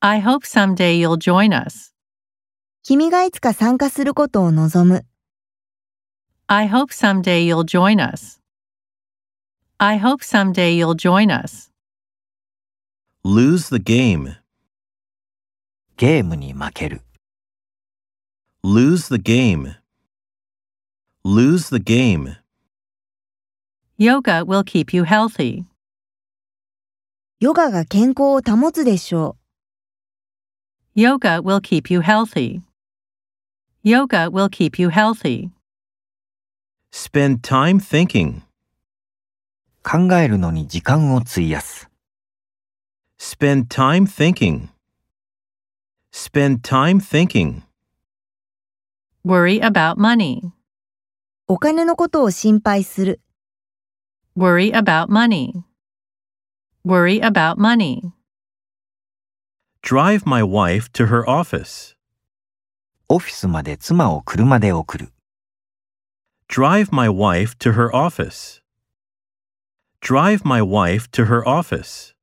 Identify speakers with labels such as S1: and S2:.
S1: I hope someday you'll join us.
S2: 君がいつか参加することを望む。
S1: I hope someday you'll join us. I hope someday you'll join us.
S3: Lose the game.
S4: ゲームに負ける。
S3: Lose the game. Lose the game.
S1: Yoga will keep you healthy.
S2: ヨガが健康を保つでしょ
S1: Yoga will keep you healthy. Yoga will keep you healthy.
S3: Spend time thinking.
S4: 考えるのに時間を費やす。
S3: Spend time thinking. Spend time thinking.
S1: Worry about money.
S2: う。お金のことを心配する。
S1: Worry about money. Worry about money.
S3: Drive my wife to her office.
S4: オフィスまで妻を車で送る。
S3: Drive my wife to her office. Drive my wife to her office.